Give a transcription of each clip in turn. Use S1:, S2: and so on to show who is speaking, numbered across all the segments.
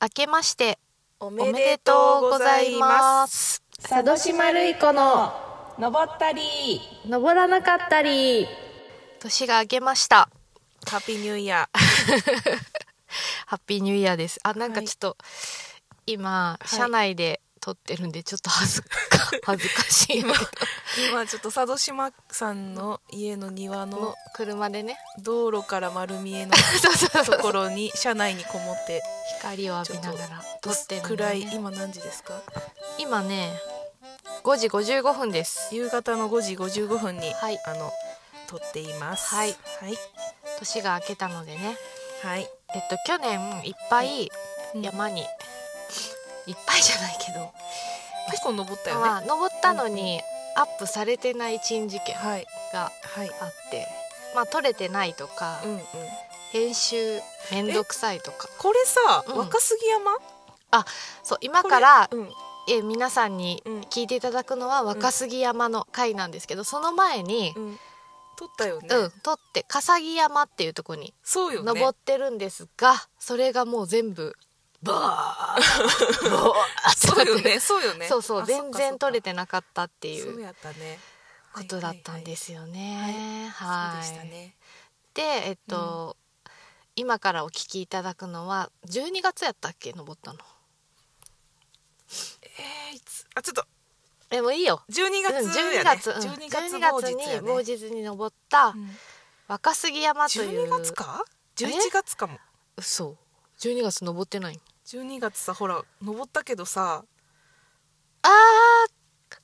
S1: 明けまして
S2: お
S1: お
S2: め
S1: めで
S2: で
S1: と
S2: と
S1: う
S2: う
S1: ご
S2: ご
S1: ざ
S2: ざ
S1: い
S2: い
S1: ま
S2: ます
S1: す。
S2: 佐渡島るい子の登ったり
S3: 登らなかったり
S1: 年が明けました。
S2: ハッピーニューイヤ
S1: ハッピーニューイヤーです。あ、なんか
S2: はい
S1: ちょっと、今、
S2: い
S1: 車内で撮ってるんで、ちょっと恥ずか、恥ずかしい。
S2: ー今ちょっと佐渡島さんの家の庭の
S1: の車でね、
S2: 道路から丸見 えの
S1: そうそうそ
S2: と
S1: う
S2: ころに車内にこもって
S1: 光を浴びながら撮ってるんだ
S2: 暗
S1: よ
S2: い
S1: ね、
S2: 今何時ですか
S1: 今ね、5時55分です。
S2: 夕方の5時55分に、
S1: はい
S2: あの撮っています
S1: はい
S2: はい、
S1: 年が明けたのでね、
S2: はい
S1: えっと、去年いっぱい
S2: うん
S1: 山に、いっぱいじゃないけど、
S2: 結構登ったよね
S1: まあ、登ったのにアップされてない珍事件
S2: はい
S1: が
S2: はい
S1: あって、まあ、撮れてないとか、
S2: うんうん
S1: 編集めんどくさいとか
S2: これさ、
S1: うん
S2: 若杉山
S1: そう今から
S2: これうん
S1: え皆さんに
S2: うん
S1: 聞いていただくのは若杉山の回なんですけど、その前に、
S2: うん撮ったよね、
S1: うん撮って笠木山っていうとこに
S2: そうよね
S1: 登ってるんですが、それがもう全部バーバーって
S2: そう
S1: なって
S2: よ
S1: る
S2: ね そうよ ね
S1: そうそう全然撮れ
S2: て
S1: てなかったってい
S2: そう
S1: う
S2: やったね
S1: ことだったんですすよね。
S2: そう
S1: はい
S2: でしたね
S1: でえっと、今からお聞きいただくのは12月やったっけ登ったの
S2: えー、いつあちょっと
S1: えもういいよ
S2: 12月
S1: 12
S2: やね
S1: 月、うん、12
S2: 12月
S1: 月
S2: 某日
S1: に
S2: やね
S1: 某日に登った
S2: うん
S1: 若杉山という、
S2: 12月か11月かも
S1: そう12月登ってない
S2: 12月さほら登ったけどさ
S1: あー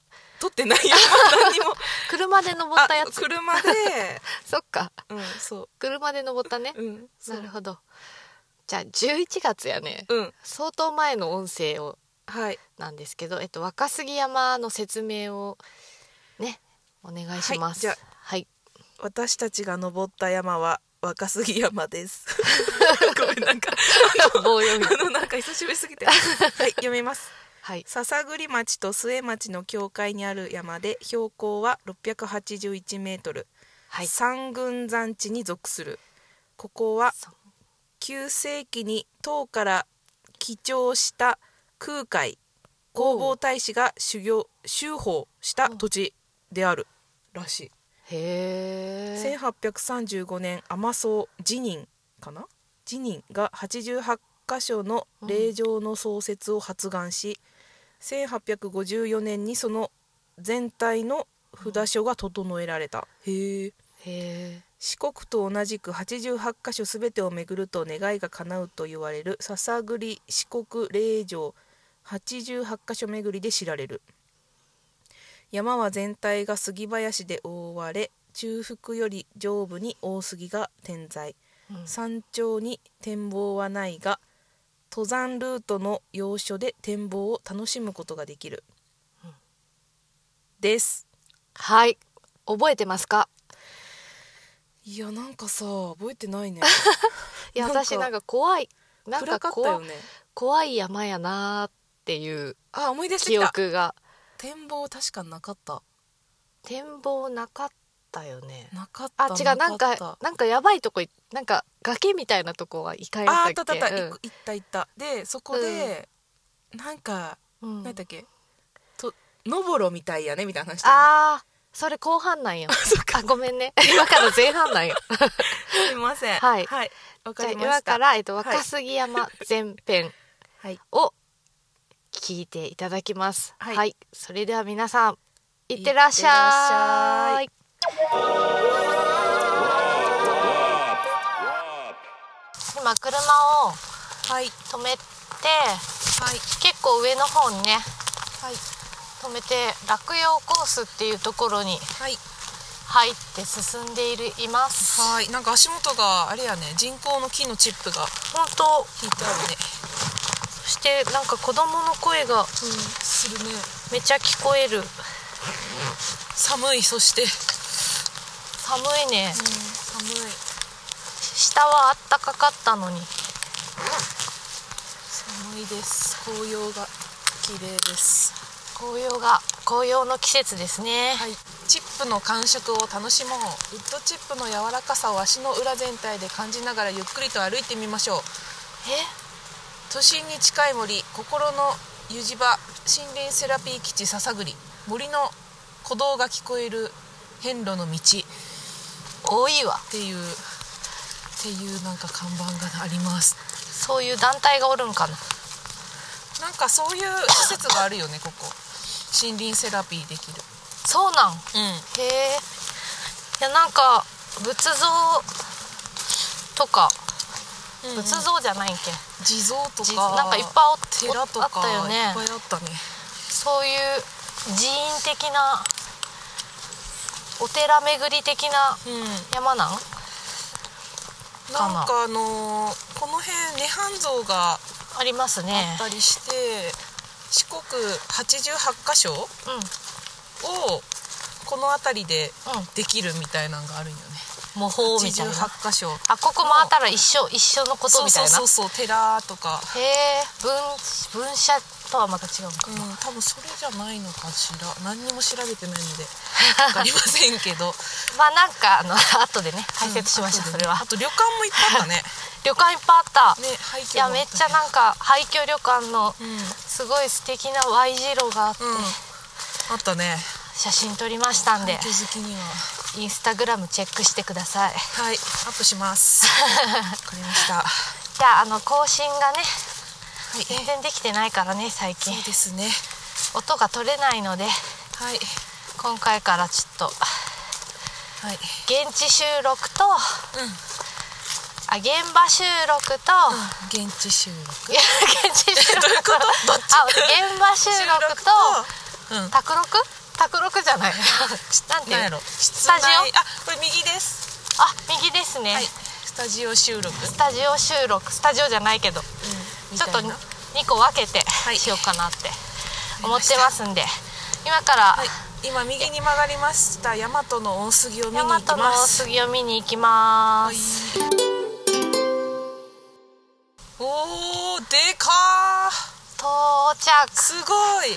S2: 撮ってないよ何にも
S1: 車で 登
S2: あ
S1: ったやつ
S2: 車で
S1: そっか
S2: うんそ
S1: 車で登ったね
S2: ううんそう
S1: なるほどじゃあ11月やね、
S2: うん
S1: 相当前の音声を
S2: はい
S1: なんですけど、えっと、若杉山の説明をねお願いします
S2: はいじゃ
S1: はい、
S2: 私たちが登った山は若杉山です ごめんなんか
S1: 棒読み
S2: あのなんか久しぶりすぎてはい読みます
S1: はい
S2: 笹栗町と末町の境界にある山で標高は681メートル、
S1: はい
S2: 三軍山地に属するここは
S1: そう
S2: 9世紀に唐から帰朝した空海弘法大師が修行修法した土地であるらしい
S1: へえ
S2: 1835年尼僧寺人かな寺人が88箇所の霊場の創設を発願し、1854年にその全体の札所が整えられた、へえ
S1: へえ
S2: 四国と同じく88箇所すべてを巡ると願いが叶うと言われる笹栗四国霊場88箇所巡りで知られる山は全体が杉林で覆われ中腹より上部に大杉が点在
S1: うん
S2: 山頂に展望はないが登山ルートの要所で展望を楽しむことができる、です
S1: はい覚えてますか
S2: いやなんかさ覚えてない ね
S1: いや
S2: なんか
S1: 私なんか怖いなん
S2: 暗
S1: か
S2: かった
S1: 怖
S2: よね
S1: 怖い山やなーっていう
S2: あ思い出して
S1: 記
S2: きた
S1: 憶が
S2: 展望確かなかった
S1: 展望なかったよね
S2: なかった
S1: あ違うなん
S2: かった
S1: かなんかやばいとこいなんか崖みたいなとこは一回
S2: あ
S1: あ
S2: あっ
S1: った
S2: あ
S1: た
S2: ったあ
S1: っ
S2: っ
S1: け
S2: たい行った行ったでそこで、なんか
S1: うんうん
S2: 何だっけとのぼろみたいやねみたいな話したよね
S1: あーそれ後半 なんやあごめんね今から前半なんや
S2: すいません
S1: はい
S2: はい、わ
S1: じ
S2: か
S1: ゃあ
S2: りま
S1: 今
S2: した
S1: から、えっと、若杉山前編
S2: はい
S1: を聞いていただきますは、
S2: はいい
S1: それでは皆さんいってらっしゃい
S2: いっ
S1: 今車を
S2: はい
S1: 止めて
S2: はい
S1: 結構上の方にね
S2: はい
S1: 止めて落葉コースっていうところに
S2: はい
S1: 入って進んでいるいます
S2: はいなんか足元があれやね人工の木のチップが
S1: 本当
S2: 引いてあるね
S1: そしてなんか子供の声が
S2: うんするね
S1: めちゃ聞こえる
S2: 寒いそして、
S1: 寒いね
S2: 寒い
S1: 下はあったかかったのに
S2: 寒いです紅葉が綺麗です
S1: 紅葉が紅葉の季節ですね、
S2: はい、チップの感触を楽しもうウッドチップの柔らかさを足の裏全体で感じながらゆっくりと歩いてみましょう
S1: え
S2: 都心に近い森心の湯治場森林セラピー基地笹栗森の鼓動が聞こえる遍路の道っ
S1: 多いわ
S2: ていうっていうなんか看板があります
S1: そういう団体がおるんかな
S2: なんかそういう施設があるよねここ森林セラピーできる
S1: そうなんへ
S2: うん
S1: えいやなんか仏像とか
S2: うんうん
S1: 仏像じゃないんけ、
S2: 地蔵と
S1: じ
S2: か
S1: なんかいっぱいお
S2: 寺とか
S1: あったよ
S2: い
S1: ね
S2: っぱいあったね
S1: そういう寺院的なお寺巡り的な
S2: うん
S1: 山なん
S2: な
S1: かなん
S2: かあのーこの辺涅槃像があ
S1: ありますね
S2: ったりして四国88箇所を
S1: うん
S2: この辺りで
S1: う
S2: できるみたいなのがあるんよね
S1: ん模倣みたいな
S2: 88箇所
S1: あここ回ったら一緒一緒のこと
S2: そう
S1: みた
S2: そ
S1: いうな
S2: そうそう寺とか、
S1: へえ分分社とはまた違うのか
S2: うん、多分それじゃないのかしら何にも調べてな いので分かりませんけど
S1: まあなんかあの 後でね解説しました、
S2: うん
S1: それは
S2: あと旅館もいっぱいあったね
S1: 旅館いっぱいあった、
S2: ね廃
S1: い
S2: 墟
S1: や
S2: も
S1: めっ
S2: あったね
S1: ちゃなんか廃墟旅館の
S2: うん
S1: すごい素敵な Y 字路があって、
S2: うんあったね
S1: 写真撮りましたんで
S2: 廃墟好きには
S1: インスタグラムチェックしてください
S2: はいアップします わかりました
S1: じゃああの更新がね
S2: はい、
S1: 全然できてないからね最近
S2: そうですね。
S1: 音が取れないので
S2: はい、
S1: 今回からちょっと
S2: はい、
S1: 現地収録と
S2: うん、
S1: あ現場収録と、
S2: 現地収録。
S1: いや 現地収録
S2: どういうこと どっち
S1: あ現場収録と
S2: うん、
S1: 卓録卓録じゃないなんていう
S2: なんやろ。
S1: スタジ
S2: 室
S1: オ
S2: 内あ、これ右です。
S1: あ右ですね、
S2: はい、スタジオ収録。
S1: スタジオ収録スタジオじゃないけど
S2: うん
S1: ちょっと
S2: み
S1: 2
S2: たいな
S1: 個分けて
S2: い
S1: しようかなって思ってますんで、今から
S2: はい、今右に曲がりました。大和の大杉を見に
S1: 大和
S2: 行き
S1: の
S2: ます。
S1: 杉を見に行きま
S2: はい
S1: す、
S2: おー、でかー。
S1: 到着
S2: すごい。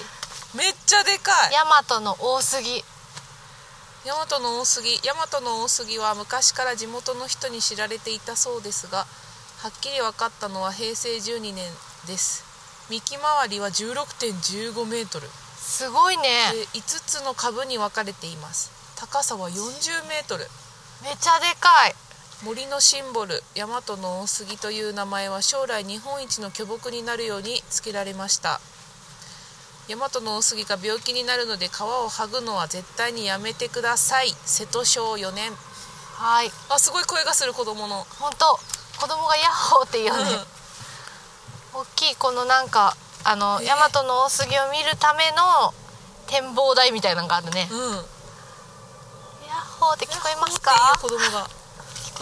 S2: めっちゃでかい。
S1: 大和の大杉
S2: 大和の大杉大和の大杉は昔から地元の人に知られていたそうですがはっきり分かったのは平成12年です幹回りは16.15メートル
S1: すごいね
S2: で5つの株に分かれています高さは40メートル
S1: めちゃでかい
S2: 森のシンボル大和の大杉という名前は将来日本一の巨木になるように付けられました大和の大杉が病気になるので皮を剥ぐのは絶対にやめてください瀬戸省4年
S1: はい
S2: あすごい声がする子供の、
S1: 本当子供がヤッホーって言うね、大きいこのなんかあの、
S2: えー
S1: 大和の大杉を見るための展望台みたいなのがあるね、
S2: うん、うん、
S1: ヤッホーって聞こえますか
S2: っていう子供が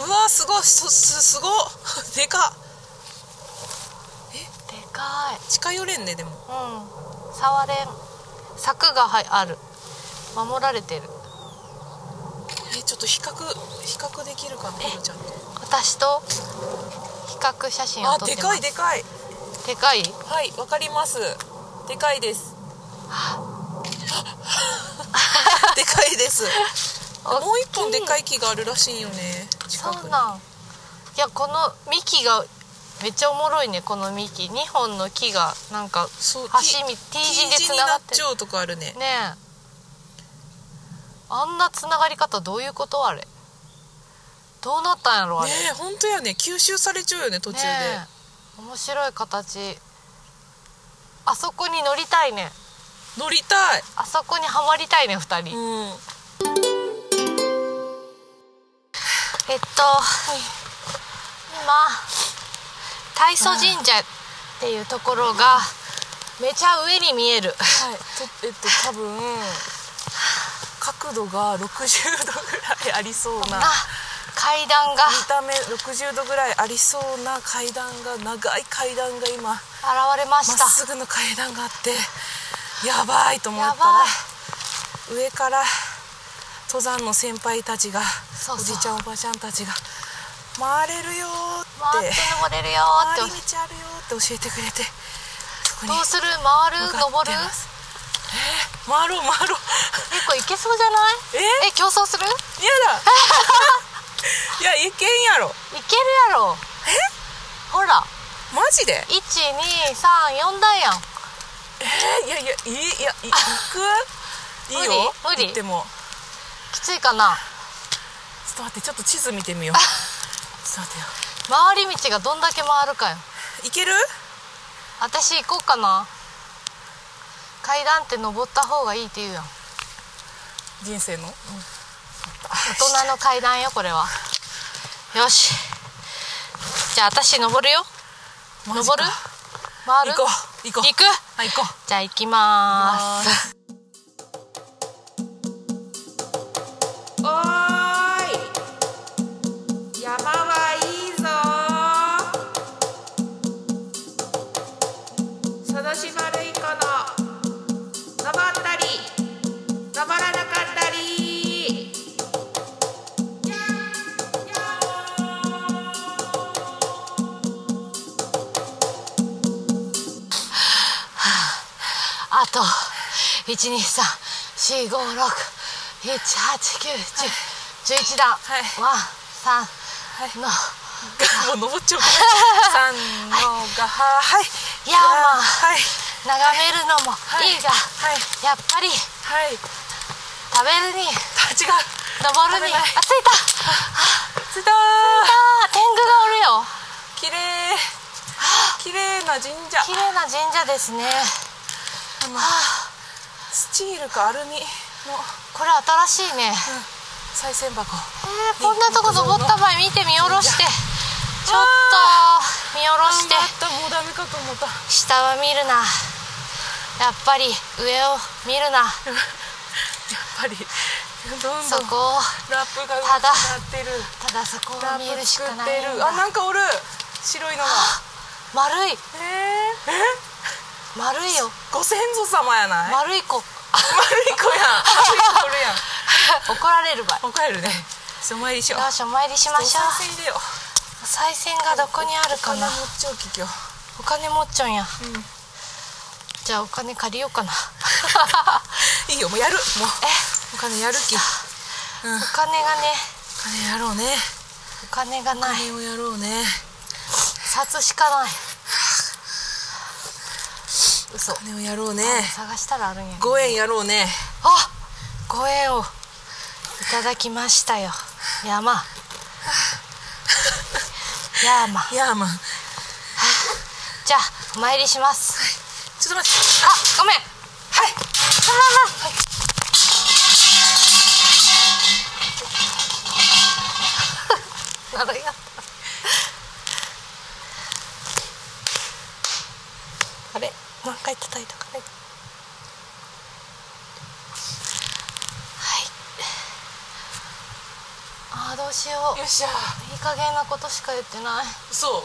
S2: うわすごいすすすごっ でかっ
S1: でかい
S2: 近寄れんねでも
S1: うん触れん柵がはいある守られてる
S2: えちょっと比較比較できるかなころちゃんと
S1: 私と比較写真を
S2: あ
S1: 撮っ
S2: で
S1: て
S2: か
S1: ま
S2: い
S1: す
S2: でかい
S1: でかい
S2: はいわかりますでかいです でか いです
S1: 大きい
S2: もう一本でかい木があるらしいよね近く
S1: そう
S2: に
S1: なんいやこの幹がめっちゃおもろいねこの幹2本の木がなんか
S2: そう
S1: 橋み T 字で
S2: T 字
S1: つ
S2: に
S1: なが
S2: な
S1: っ
S2: ってち
S1: る
S2: ゃうとかあるね
S1: ねえあんなつながり方どういうことあれどうなったんやろあれ
S2: ねえ本当やね吸収されちゃうよね途中で、
S1: ねえ面白い形あそこに乗りたいね
S2: 乗りたい
S1: あそこにはまりたいね二人、
S2: うん
S1: えっと、今大祖神社っていうところがめちゃ上に見える
S2: はい、とえっと多分角度が60度ぐらいありそうな
S1: あ階段が
S2: 見た目60度ぐらいありそうな階段が長い階段が今まっ
S1: 現れました
S2: すぐの階段があってやばいと思った
S1: やば
S2: ら上から登山の先輩たちが
S1: そうそう
S2: おじいちゃんおばちゃんたちが「回れるよ」っ
S1: 回ってて登れるよー
S2: 「回
S1: って
S2: り道あるよ」って教えてくれてそこに
S1: どうする回る
S2: 向かっ
S1: 登
S2: て
S1: る
S2: ますえー回ろう回ろう
S1: 結構いけそうじゃない
S2: えー
S1: え競争す るい
S2: やだいやいけんやろ
S1: けるやろほら
S2: マジで
S1: 1234だやん
S2: えいやいやいいいやい行くいいよ
S1: 無理無理
S2: 行っても
S1: きついかな
S2: ちょっと待ってちょっと地図見てみようちょっと待ってよ
S1: 回り道がどんだけ回るかよ
S2: 行ける
S1: 私行こうかな階段って登った方がいいって言うやん
S2: 人生の
S1: 大人の階段よこれはよしじゃあ私登るよ
S2: マ
S1: 登
S2: ジか
S1: る回る
S2: 行こう行こう
S1: 行く
S2: あ行こう
S1: じゃあ行きまーす
S4: おーい山はいいぞそのしまるいこの登ったり登らなかったり
S1: あと1234567891011段ワン三
S2: はい
S1: の
S2: もう登っちゃうから。三のがははい。
S1: いやーまあ
S2: はい
S1: 眺めるのも
S2: は
S1: い
S2: い
S1: いが、
S2: はい
S1: やっぱり
S2: はい。
S1: 食べるに
S2: た違う。
S1: 登る
S2: 食べ
S1: にあ
S2: ない
S1: 着いた
S2: 着いた
S1: あー天狗がおるよ
S2: ー。綺麗。綺麗な神社。
S1: 綺麗な神社ですね
S2: あのスチールかアルミの
S1: これ新しいね
S2: 再銭箱。
S1: えーこんなとこ登った場合見て見下ろしてちょっと見下ろして
S2: あったもうダメかと思った。
S1: 下は見るなやっぱり上を見るな
S2: やっぱりどん
S1: そ
S2: どん
S1: こを
S2: ラップが上手く
S1: ただ
S2: なってる。
S1: ただそこ
S2: ラ
S1: を見
S2: ッ
S1: る
S2: プ
S1: し
S2: 作
S1: か
S2: っ
S1: な
S2: て
S1: いん
S2: る。
S1: だ
S2: あなんかおる。白いのが。
S1: 丸い
S2: えー、え
S1: 丸いよ
S2: ご先祖様やない。
S1: 丸い 子
S2: 丸い子やん。丸い子おるやん。
S1: 怒られる場合
S2: お帰るね。お参りしよう。
S1: よしお参りしましょう
S2: お賽銭入れよう。
S1: お賽銭がどこにある
S2: お
S1: か
S2: 金持
S1: な
S2: っちゃうききょう。
S1: お金持っちゃうんや、じゃあお金借りよう かな
S2: いいよもうやる。もう
S1: え
S2: お金やるき。お
S1: お金がね
S2: 金やろうね。
S1: お金がない
S2: 金をやろうね。
S1: 札しかない嘘
S2: お金をやろうね。
S1: 探したらあるんや
S2: 五円やろうね。
S1: あご縁をいただきましたよ 山山
S2: いやまあ
S1: じゃあお参りします
S2: ちょっと待って。
S1: あごめん
S2: はい。
S1: あれやあれ何回叩いたかねはいあーどうしよう
S2: よっしゃ。
S1: いい加減なことしか言ってない
S2: そう。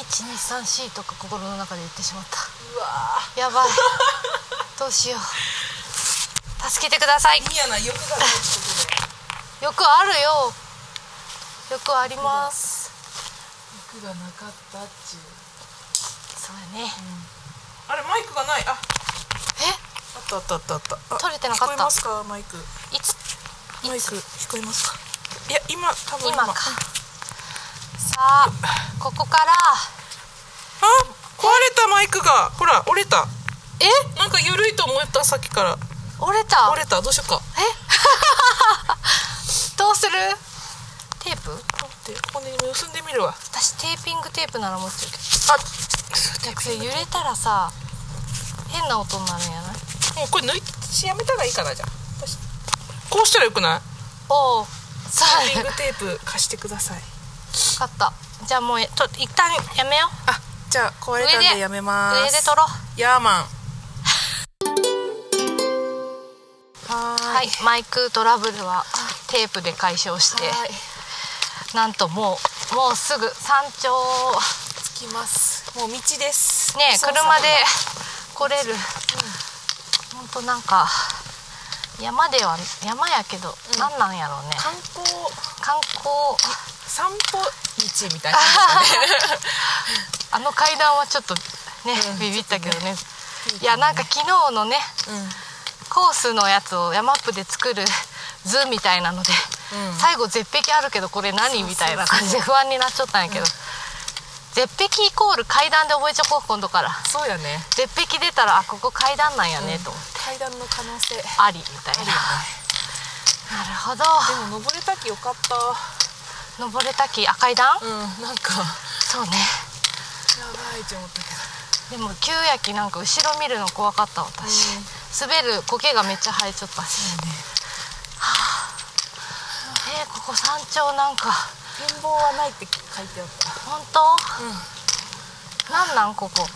S1: 1234とか心の中で言ってしまった
S2: うわー。
S1: やば いどうしよう助けてください
S2: 意味やな欲がないってことで。
S1: よくあるよよくあります
S2: 欲がなかったっちゅう。
S1: そうやね
S2: あれマイクがない。あ、
S1: え
S2: あったあったあったあった。あ
S1: 取れてなかった
S2: 聞こえますかマイク。
S1: いつ
S2: マイク聞こえますか。いや今多分
S1: 今かさあここから
S2: あ壊れたマイクがほら折れた
S1: え
S2: なんか緩いと思ったさっきから
S1: 折れた
S2: 折れたどうしようか
S1: えどうするテープ
S2: でここに結んでみるわ
S1: 私テーピングテープなら持ってるけど
S2: あ
S1: じゃあそれ揺れたらさ変な音になるんやない
S2: もうこれ抜いてやめた方がいいかなじゃあ私こうしたらよくない
S1: おおそう
S2: リ
S1: や
S2: ン
S1: ね
S2: グテープ貸してください
S1: 分かったじゃあもうちょっと一旦やめよ
S2: あじゃあ壊
S1: う
S2: れたんでやめます
S1: 上で取ろう
S2: ヤーマンはーい
S1: はい、マイクトラブルはテープで解消して
S2: はい
S1: なんともうもうすぐ山頂
S2: 着きますもう道です
S1: ね
S2: そうそう
S1: 車で来れる、ほんとなんか山では山やけど、なんなんやろうね
S2: 観光
S1: 観光
S2: 散歩道みたいな感 じですかね
S1: あの階段はちょっとね、ビビったけどねいやなんか昨日のね
S2: うん
S1: コースのやつを山ップで作 る図みたいなので、最後絶壁あるけどこれ何みたいな感じで不安になっちゃったんやけど、絶壁イコール階段で覚えちゃこう今度から
S2: そうやね
S1: 絶壁出たらあここ階段なんやねと思って、
S2: 階段の可能性
S1: ありみたいな、なるほど
S2: でも登れたきよかった
S1: 登れたき赤い段、
S2: うんなんか
S1: そうね
S2: やばいって思ったけ
S1: で
S2: ど
S1: も旧やきなんか後ろ見るの怖かった私、
S2: うん
S1: 滑る苔がめっちゃ生えちゃったし、はあ、えー、ここ山頂なんか
S2: 展望はないって書いてあった
S1: 本当、なんなんここ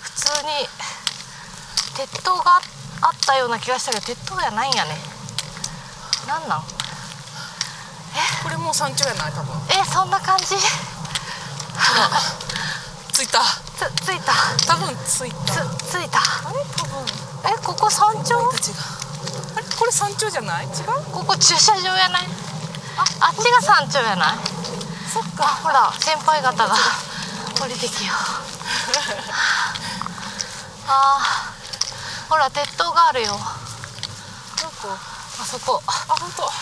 S1: 普通に鉄塔があったような気がしたけど鉄塔じゃないんやねなんなん
S2: これもう山頂やない多分
S1: えそんな感じつ
S2: 着いた
S1: ついた
S2: 多分着い
S1: つ
S2: た
S1: ついた
S2: あれ多分
S1: えここ山頂
S2: 俺たちがあれこれ山頂じゃない違う
S1: ここ駐車場やないああっちが山頂やない
S2: そっ
S1: あ
S2: か
S1: ほら先輩方が降りてき ようあーほら鉄塔があるよあ
S2: どこあ
S1: そこ
S2: 本当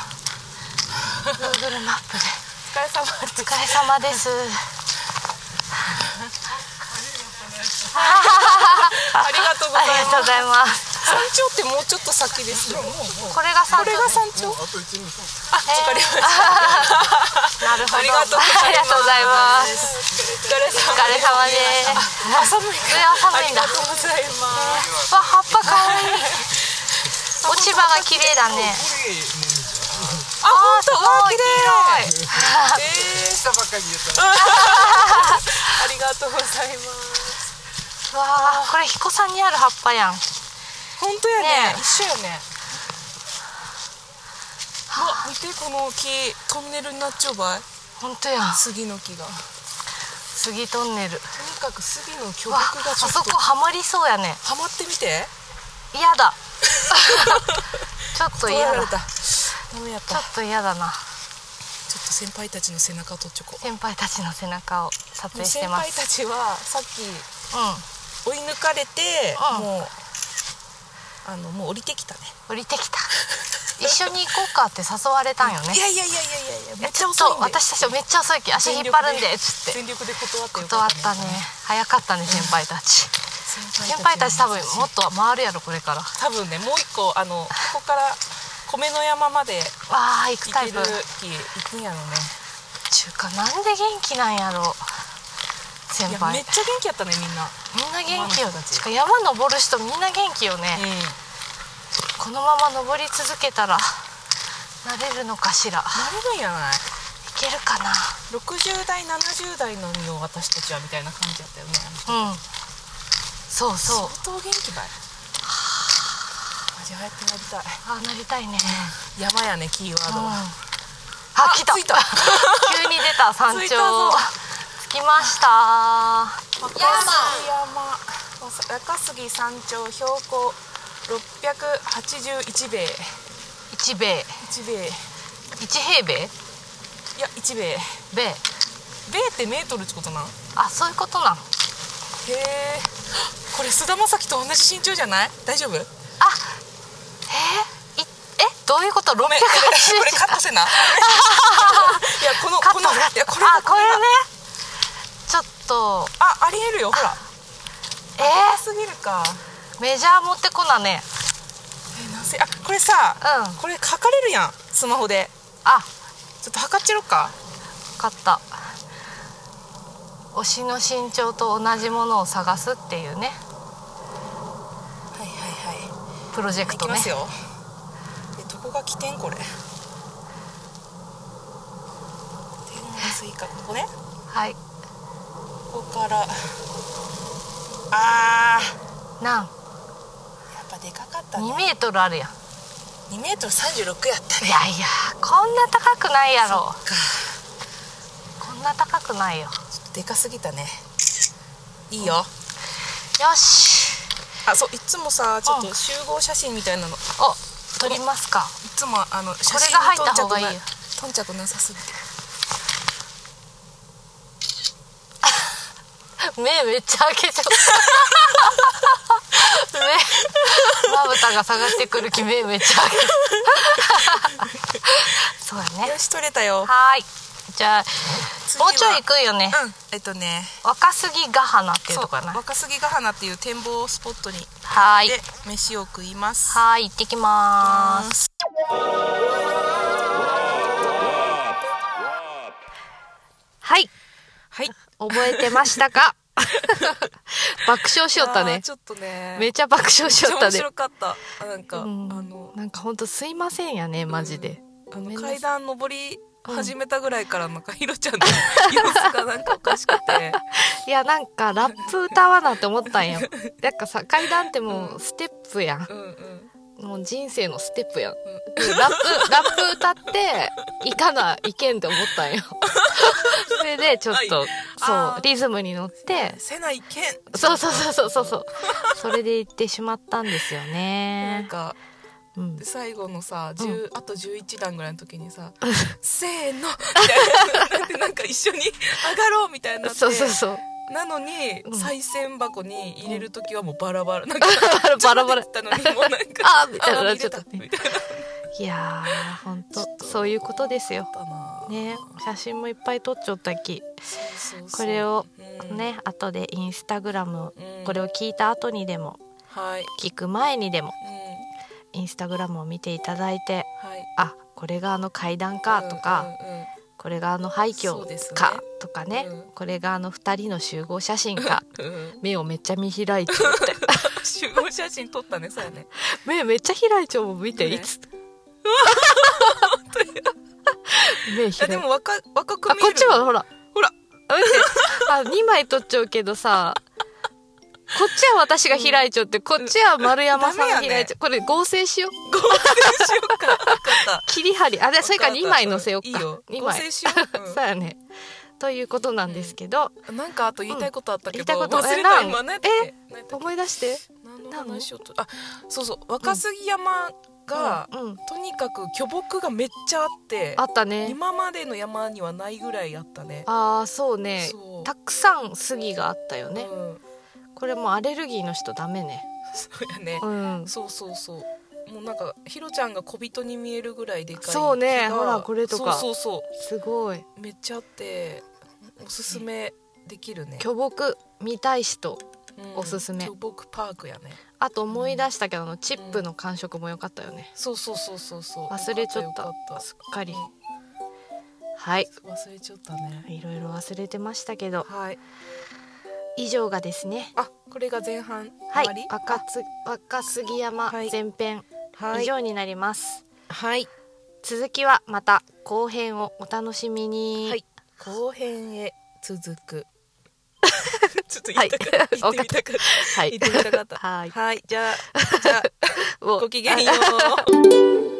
S1: Google マップで
S2: お疲れ様って
S1: お疲れ様です
S2: ありがとう ご
S1: あ
S2: ざい
S1: りがとう
S2: ま
S1: ご
S2: す
S1: ざいます
S2: 山頂ってもうちょっと先ですよこ
S1: これが山頂
S2: れが山頂あ、わかりました
S1: なるほど
S2: ありがとうございます
S1: ありがとうございます
S2: お疲
S1: お
S2: れ
S1: 疲れ様です
S2: あ寒いか
S1: 上は
S2: あ
S1: 寒い
S2: り
S1: ん
S2: が
S1: だ
S2: とうございます
S1: わ葉っぱかわいい落ち葉が綺麗だね
S2: あ、本当わあ、綺麗
S1: すごいい
S2: えー、下ばっかり言った。 ありがとうございます。
S1: わあこれ彦さんにある葉っぱやん
S2: 本当やね。
S1: ねえ
S2: 一緒やね。うわ、見てこの木、トンネルになっちゃうばい。
S1: 本当やん
S2: 杉の木が。と
S1: 杉トンネル
S2: にかく杉の巨木
S1: わあ
S2: がちょ
S1: あ
S2: っ
S1: そ
S2: と
S1: こハマりそうやね
S2: ハマってみて。
S1: 嫌だ ちょっと
S2: 取
S1: 嫌
S2: られ
S1: だ
S2: た。ダメやった。
S1: ちょ
S2: ちょっ
S1: っと嫌だな
S2: と先輩たちの背中を取っちょこう。
S1: 先輩たちの背中を撮影し
S2: 先
S1: てま
S2: 輩
S1: す
S2: たちはさっき
S1: う
S2: 追い抜かれて、
S1: うん
S2: もうあのもう降りてきたね。
S1: ん降りてきた一緒に行こうかって誘われたんよね
S2: いやいやいやいやいやいや、めっちゃ
S1: ち
S2: 遅
S1: ょ
S2: いん
S1: っと
S2: で。
S1: 私たちめっちゃ遅いき足引っ張るんでっつって
S2: 全力で断ってよ
S1: 断
S2: か
S1: ったね早かったね先輩たち
S2: 先
S1: 先輩たち多分もっと回るやろこれから
S2: 多分ねもう一個あのここから米の山まで
S1: わあ行く
S2: 行
S1: タ
S2: け
S1: イ
S2: る
S1: プ
S2: き行くんやろね
S1: ちゅうかなんで元気なんやろ先
S2: いやめ
S1: 輩
S2: っちゃ元気やったねみんな
S1: みんな元気よ
S2: お前たち
S1: ちゅうか山登る人みんな元気よね、
S2: うん
S1: このまま登り続けたらなれるのかしらい
S2: なれるんやない
S1: けるかな
S2: 60代70代のみを私たちはみたいな感じやったよね
S1: うんそうそう
S2: 相当元気ばいマジ早くなりたい
S1: あなりたいね、
S2: 山やねキーワー
S1: うん
S2: ドは、
S1: あ
S2: あ
S1: 来た
S2: 着いた
S1: 急に出た山頂
S2: 着いたぞ
S1: 着きました
S2: 山山若杉山頂標高681米
S1: 一米
S2: 1米
S1: 一平米
S2: いや1米
S1: 米
S2: 米ってメートルってことなんへ
S1: あそういうことなんあ
S2: えこれ菅田将暉と同じ身長じゃない大丈夫ごめんこ
S1: えー、いえどういうこと680
S2: れこれカットせないやこの
S1: カッ
S2: こ
S1: ト
S2: の
S1: カッ
S2: いやこれ
S1: あこれね
S2: だ
S1: ちょっと
S2: あありえるよほら
S1: え
S2: 高すぎるか
S1: ー、メジャー持ってこなね
S2: えなんせあこれさ、
S1: うん
S2: これ書かれるやんスマホで
S1: あ
S2: ちょっと測っちゃろっか
S1: 分かった推しの身長と同じものを探すっていうね
S2: はいはいは
S1: プロジェク
S2: い
S1: ト
S2: き
S1: ね
S2: ますよえどこが起点これ点のスイカここね
S1: はい
S2: ここからあー
S1: なん
S2: やっぱでかかったね
S1: 2メートルあるやん
S2: 2メートル36やった
S1: い
S2: ね
S1: やいやこんな高くないやろこんな高くないよ
S2: でかすぎたねいいよ
S1: よし
S2: あそういつもさちょっ
S1: う
S2: と集合写真みたいなのい
S1: お撮りますか
S2: つもあの写
S1: これが入った
S2: に
S1: 方
S2: 頓
S1: が
S2: 着
S1: いい
S2: な
S1: よ
S2: い頓着なさすぎて
S1: 目めっちゃ開けちゃった 目まぶたが下がってくる気目めっちゃ開 けちゃったそうやね
S2: よし撮れたよ
S1: はーい。じゃあもうちょい行くよね、
S2: うんえっとね
S1: 若杉ヶ花っていう
S2: そう
S1: とこやな
S2: 若杉ヶ花っていう展望スポットに
S1: はーい
S2: で飯を食います
S1: はーい行ってきまーすはい
S2: はい
S1: 覚えてましたか 爆笑しよった
S2: あー
S1: ね
S2: ちょっとね
S1: めちゃ爆笑し
S2: ち
S1: よ
S2: ゃ
S1: った
S2: 面
S1: ね
S2: 白かったなんか、
S1: うん
S2: あの
S1: なんかほんとすいませんやねマジで、
S2: あ
S1: ご
S2: の
S1: めんなさい
S2: 階段登り始めたぐらいからなんかひろちゃんの様子がなんかおかしく て
S1: いやなんかラップ歌わなって思ったんよなんかさ階段ってもうステップやん
S2: うんうん
S1: もう人生のステップやん、ラップラップ歌っていかないけんって思ったん よそれでちょっと、
S2: はいあ
S1: そう
S2: ー
S1: リズムに乗って
S2: せないけん
S1: そうそうそうそうそうそうそれで行ってしまったんですよ
S2: なん
S1: ね、
S2: か
S1: うん
S2: で、最後のさ、10あと11段ぐらいの時に さ「せーの」みたいななんてなんか一緒に上がろうみたいになって
S1: そうそうそう
S2: なのに、
S1: うん
S2: 賽銭箱に入れる時はもうバラ バラなんか
S1: バラバラ
S2: ちょっと出てきたのにもうなんか
S1: あーみたいな
S2: あー入れ
S1: ちょっとね
S2: みたいない
S1: やーほんとそういうことですよ
S2: だな
S1: ね写真もいっぱい撮っちゃったき
S2: そうそうそ
S1: こ
S2: う
S1: れを
S2: うん
S1: ね、後でインスタグラム
S2: うん
S1: これを聞いた後にでも
S2: はい、
S1: 聞く前にでも
S2: うん
S1: インスタグラムを見ていただいて
S2: はい
S1: あこれがあの階段かとか、、
S2: うんうんうん
S1: これがあの廃墟
S2: そうですね
S1: かとかね
S2: うん
S1: これがあの2人の集合写真 か
S2: うん
S1: 目をめっちゃ見開 いちゃう
S2: 集合写真撮ったねそう やね
S1: 目めっちゃ開いちゃうもん見て、
S2: ね
S1: い つ目
S2: いや
S1: 開
S2: で
S1: い
S2: も若若く
S1: あ
S2: 見える
S1: こっちはほら
S2: ほら
S1: 見てあ2枚撮っちゃうけどさこっちは私が開いちゃうって、こっちは丸山さんが
S2: ダメやね
S1: 開いちゃう、これ合成しよう
S2: 合成しようかよかった
S1: 切り張りあで それから
S2: わか
S1: 2
S2: った
S1: 枚載せようか
S2: いいよ
S1: 二
S2: 合
S1: 枚
S2: 成しよ う
S1: そうやねということなんですけど、
S2: なんかあと言いたいことあったけど、
S1: うん言いたいこと
S2: 忘れ
S1: えな
S2: た
S1: ん
S2: 今何やったっけ
S1: え
S2: 何やったっ
S1: 思い出して
S2: け何の話をとあそうそう若杉山が、
S1: うんうん
S2: とにかく巨木がめっちゃあって
S1: あったね
S2: 今までの山にはないぐらいあったね
S1: ああそうね
S2: そう
S1: たくさん杉があったよね、
S2: うん、
S1: これもうアレルギーの人ダメね
S2: そうやね、
S1: うん
S2: そうそうそうもうなんかひろちゃんが小人に見えるぐらいでかい木が
S1: そうねほらこれとか
S2: そうそうそ
S1: すごいう
S2: めっちゃあっておすすめできるね、
S1: 巨木見たい人
S2: うん
S1: おすすめ
S2: 巨木パークやね
S1: あと思い出したけどあのチップの感触も良かったよね
S2: そうそうそうそうそう
S1: 忘れちゃった
S2: よかよか
S1: すっかり
S2: うん
S1: はい
S2: 忘れちゃったね
S1: いろいろ忘れてましたけど
S2: はい
S1: 以上がですね
S2: あこれが前
S1: は
S2: 半終わり
S1: い若つ若杉山
S2: はい
S1: 前編、
S2: はい
S1: 以上になります
S2: はい
S1: 続きはまた後編をお楽しみに、
S2: はい後編へ続く ちょっと言
S1: はいい
S2: たかった言ってみたかった
S1: は
S2: 言ってみたかった
S1: はい
S2: はいじゃあじゃあ
S1: もう
S2: ごきげんよう